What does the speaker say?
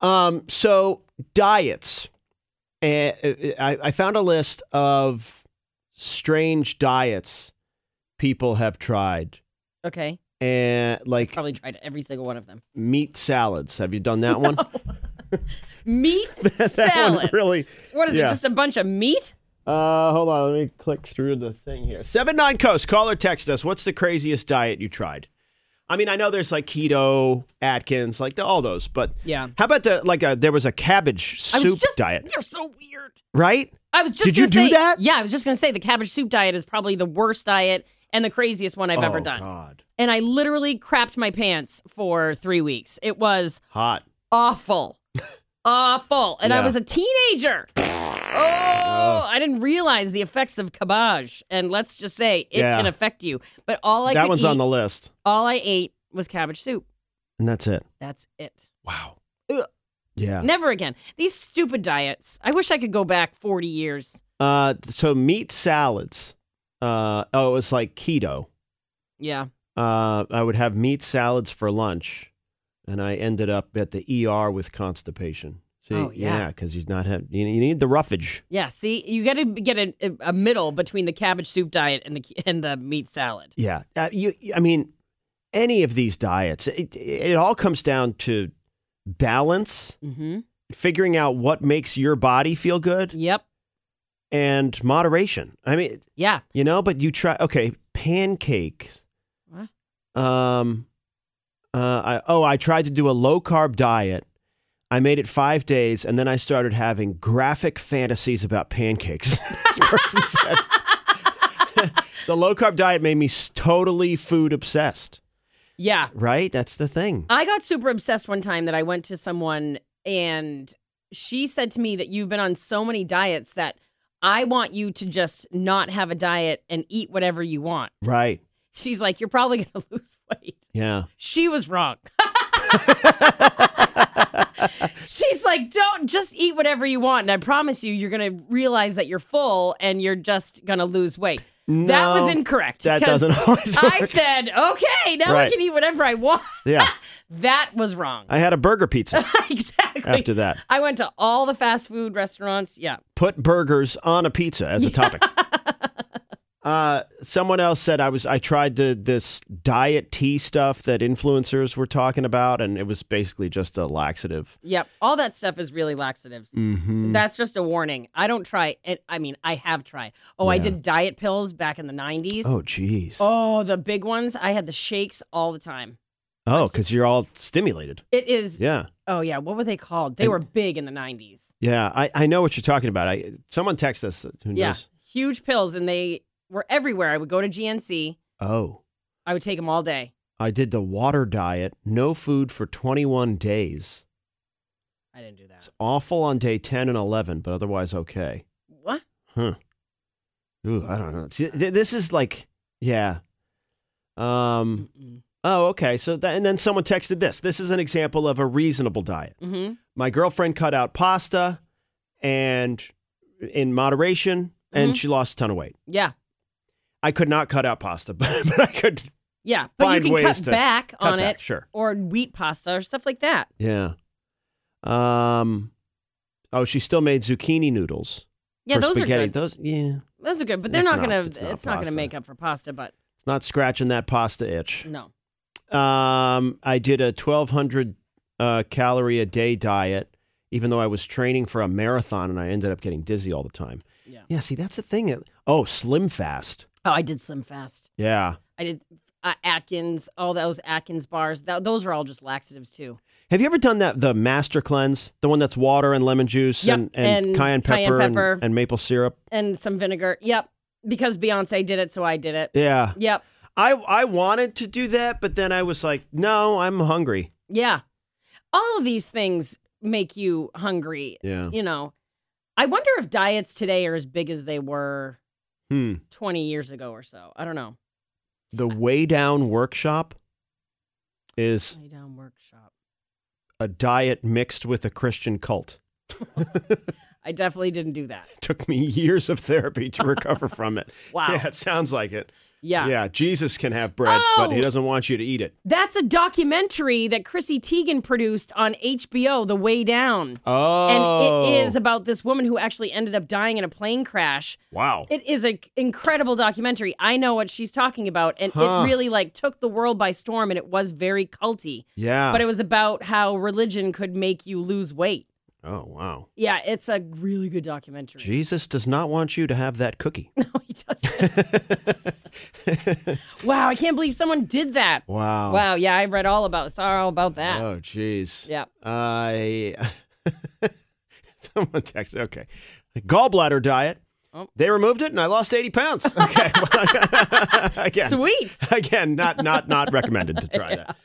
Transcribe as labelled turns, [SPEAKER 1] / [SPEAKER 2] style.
[SPEAKER 1] Um, so diets. And I, I found a list of strange diets people have tried.
[SPEAKER 2] Okay.
[SPEAKER 1] And like
[SPEAKER 2] Probably tried every single one of them.
[SPEAKER 1] meat salads. Have you done that one?
[SPEAKER 2] Meat
[SPEAKER 1] That one
[SPEAKER 2] salad.
[SPEAKER 1] really.
[SPEAKER 2] what is
[SPEAKER 1] yeah.
[SPEAKER 2] it? Just a bunch of meat?
[SPEAKER 1] Uh, hold on, let me click through the thing here. Seven nine coast. Call or text us. What's the craziest diet you tried? I mean, I know there's like keto, Atkins, like the, all those, but
[SPEAKER 2] Yeah.
[SPEAKER 1] How about the like? A, there was a cabbage
[SPEAKER 2] I was
[SPEAKER 1] soup
[SPEAKER 2] just-
[SPEAKER 1] diet,
[SPEAKER 2] You're so weird.
[SPEAKER 1] right?
[SPEAKER 2] I was just.
[SPEAKER 1] Did you
[SPEAKER 2] gonna
[SPEAKER 1] do
[SPEAKER 2] say-
[SPEAKER 1] that?
[SPEAKER 2] Yeah, I was just gonna say the cabbage soup diet is probably the worst diet and the craziest one I've ever
[SPEAKER 1] Oh,
[SPEAKER 2] done.
[SPEAKER 1] God,
[SPEAKER 2] And I literally crapped my pants for three weeks. It was
[SPEAKER 1] hot.
[SPEAKER 2] awful, awful, and I
[SPEAKER 1] Yeah.
[SPEAKER 2] was a teenager. oh, I didn't realize the effects of cabbage, and let's just say it
[SPEAKER 1] Yeah.
[SPEAKER 2] can affect you. But all I
[SPEAKER 1] that
[SPEAKER 2] could
[SPEAKER 1] one's on
[SPEAKER 2] eat-
[SPEAKER 1] the list,
[SPEAKER 2] all I ate was cabbage soup.
[SPEAKER 1] and that's it.
[SPEAKER 2] That's it.
[SPEAKER 1] Wow.
[SPEAKER 2] Ugh.
[SPEAKER 1] Yeah.
[SPEAKER 2] Never again. These stupid diets. I wish I could go back 40 years.
[SPEAKER 1] Uh, so meat salads. Uh, oh, it was like keto.
[SPEAKER 2] Yeah.
[SPEAKER 1] Uh, I would have meat salads for lunch, and I ended up at the ER with constipation. See,
[SPEAKER 2] Oh, yeah.
[SPEAKER 1] because you not have you, you need the roughage.
[SPEAKER 2] Yeah, see, you got to get a, a middle between the cabbage soup diet and the and the meat salad.
[SPEAKER 1] Yeah, uh, you. I mean, any of these diets, it it all comes down to balance,
[SPEAKER 2] Mm-hmm.
[SPEAKER 1] figuring out what makes your body feel good,
[SPEAKER 2] Yep.
[SPEAKER 1] and moderation. I mean,
[SPEAKER 2] Yeah.
[SPEAKER 1] you know, but you try. Okay, pancakes.
[SPEAKER 2] What?
[SPEAKER 1] Um, uh, I, oh, I tried to do a low carb diet. I made it five days, and then I started having graphic fantasies about pancakes. this person said the low carb diet made me s- totally food obsessed.
[SPEAKER 2] Yeah.
[SPEAKER 1] Right, that's the thing.
[SPEAKER 2] I got super obsessed one time that I went to someone and she said to me that you've been on so many diets that I want you to just not have a diet and eat whatever you want.
[SPEAKER 1] Right.
[SPEAKER 2] She's like, you're probably going to lose weight.
[SPEAKER 1] Yeah.
[SPEAKER 2] She was wrong. She's like, don't just eat whatever you want. And I promise you, you're going to realize that you're full and you're just going to lose weight. that
[SPEAKER 1] No,
[SPEAKER 2] was incorrect.
[SPEAKER 1] That
[SPEAKER 2] 'cause
[SPEAKER 1] doesn't always work.
[SPEAKER 2] I said, okay, now I
[SPEAKER 1] Right.
[SPEAKER 2] can eat whatever I want.
[SPEAKER 1] yeah.
[SPEAKER 2] That was wrong.
[SPEAKER 1] I had a burger pizza
[SPEAKER 2] exactly.
[SPEAKER 1] after that.
[SPEAKER 2] I went to all the fast food restaurants. Yeah.
[SPEAKER 1] put burgers on a pizza as a topic. uh, someone else said I was I tried the this diet tea stuff that influencers were talking about, and it was basically just a laxative.
[SPEAKER 2] Yep. All that stuff is really laxatives.
[SPEAKER 1] Mm-hmm.
[SPEAKER 2] That's just a warning. I don't try it. I mean, I have tried. Oh, I
[SPEAKER 1] Yeah.
[SPEAKER 2] did diet pills back in the 90s.
[SPEAKER 1] Oh, geez. Oh,
[SPEAKER 2] Oh, the big ones. I had the shakes all the time.
[SPEAKER 1] because Oh, you're all stimulated.
[SPEAKER 2] It is.
[SPEAKER 1] Yeah,
[SPEAKER 2] Oh, yeah. What were they called? They
[SPEAKER 1] And-
[SPEAKER 2] were big in the 90s.
[SPEAKER 1] yeah. I, I know what you're talking about. I someone text us. Who
[SPEAKER 2] Yeah.
[SPEAKER 1] knows?
[SPEAKER 2] Huge pills, and they were everywhere. I would go to GNC.
[SPEAKER 1] Oh,
[SPEAKER 2] I would take them all day.
[SPEAKER 1] I did the water diet, no food for 21 days.
[SPEAKER 2] I didn't do that.
[SPEAKER 1] It's awful on day 10 and 11, but otherwise okay.
[SPEAKER 2] What?
[SPEAKER 1] Huh. Ooh, I don't know. See, th- this is like, yeah. Um.
[SPEAKER 2] Mm-mm.
[SPEAKER 1] Oh, okay. So, that, and then someone texted this. This is an example of a reasonable diet.
[SPEAKER 2] Mm-hmm.
[SPEAKER 1] My girlfriend cut out pasta, and in moderation, and
[SPEAKER 2] Mhm.
[SPEAKER 1] she lost a ton of weight.
[SPEAKER 2] Yeah.
[SPEAKER 1] I could not cut out pasta, but, but I could
[SPEAKER 2] Yeah. But
[SPEAKER 1] Find
[SPEAKER 2] you can
[SPEAKER 1] ways
[SPEAKER 2] cut
[SPEAKER 1] to
[SPEAKER 2] back
[SPEAKER 1] cut
[SPEAKER 2] on
[SPEAKER 1] back.
[SPEAKER 2] it
[SPEAKER 1] Sure.
[SPEAKER 2] or wheat pasta or stuff like that.
[SPEAKER 1] Yeah. Um. Oh, she still made zucchini noodles
[SPEAKER 2] Yeah,
[SPEAKER 1] for
[SPEAKER 2] those
[SPEAKER 1] spaghetti.
[SPEAKER 2] are good.
[SPEAKER 1] Those, yeah.
[SPEAKER 2] Those are good, but they're
[SPEAKER 1] That's
[SPEAKER 2] not,
[SPEAKER 1] not-
[SPEAKER 2] gonna.
[SPEAKER 1] it's not
[SPEAKER 2] it's not gonna
[SPEAKER 1] pasta.
[SPEAKER 2] make up for pasta. But
[SPEAKER 1] It's not scratching that pasta itch.
[SPEAKER 2] no.
[SPEAKER 1] Um, I did a 1,200 uh, calorie a day diet, even though I was training for a marathon and I ended up getting dizzy all the time.
[SPEAKER 2] Yeah.
[SPEAKER 1] Yeah, see, that's the thing. It- Oh, Slim Fast.
[SPEAKER 2] Oh, I did Slim Fast.
[SPEAKER 1] Yeah.
[SPEAKER 2] I did uh, Atkins. All those Atkins bars. Tho- those are all just laxatives too.
[SPEAKER 1] Have you ever done that, the Master Cleanse? The one that's water and lemon juice
[SPEAKER 2] Yep,
[SPEAKER 1] and, and,
[SPEAKER 2] and
[SPEAKER 1] cayenne
[SPEAKER 2] cayenne
[SPEAKER 1] pepper, and-
[SPEAKER 2] pepper.
[SPEAKER 1] And, maple syrup?
[SPEAKER 2] and some vinegar. Yep. Because Beyonce did it, so I did it.
[SPEAKER 1] Yeah.
[SPEAKER 2] Yep.
[SPEAKER 1] I, I wanted to do that, but then I was like, no, I'm hungry.
[SPEAKER 2] Yeah. All of these things make you hungry,
[SPEAKER 1] Yeah.
[SPEAKER 2] you know. I wonder if diets today are as big as they were
[SPEAKER 1] Hmm.
[SPEAKER 2] 20 years ago or so. I don't know.
[SPEAKER 1] The Way Down Workshop is
[SPEAKER 2] Lay down workshop.
[SPEAKER 1] a diet mixed with a Christian cult.
[SPEAKER 2] I definitely didn't do that.
[SPEAKER 1] took me years of therapy to recover from it.
[SPEAKER 2] Wow.
[SPEAKER 1] Yeah, it sounds like it.
[SPEAKER 2] Yeah.
[SPEAKER 1] Yeah, Jesus can have bread, but he
[SPEAKER 2] Oh!
[SPEAKER 1] doesn't want you to eat it.
[SPEAKER 2] That's a documentary that Chrissy Teigen produced on HBO, The Way Down.
[SPEAKER 1] Oh.
[SPEAKER 2] And it is about this woman who actually ended up dying in a plane crash.
[SPEAKER 1] Wow.
[SPEAKER 2] It is an incredible documentary. I know what she's talking about. And
[SPEAKER 1] Huh.
[SPEAKER 2] it really like took the world by storm and it was very culty.
[SPEAKER 1] yeah.
[SPEAKER 2] But it was about how religion could make you lose weight.
[SPEAKER 1] oh, wow.
[SPEAKER 2] Yeah, it's a really good documentary.
[SPEAKER 1] Jesus does not want you to have that cookie.
[SPEAKER 2] No, he doesn't. wow, I can't believe someone did that.
[SPEAKER 1] Wow.
[SPEAKER 2] Wow, yeah, I read all about saw all about that.
[SPEAKER 1] Oh, jeez.
[SPEAKER 2] Yeah.
[SPEAKER 1] I. Someone texted. Okay. Gallbladder diet.
[SPEAKER 2] Oh.
[SPEAKER 1] They removed it, and I lost eighty pounds. Okay. Well, again,
[SPEAKER 2] Sweet.
[SPEAKER 1] again, not not not recommended to try that.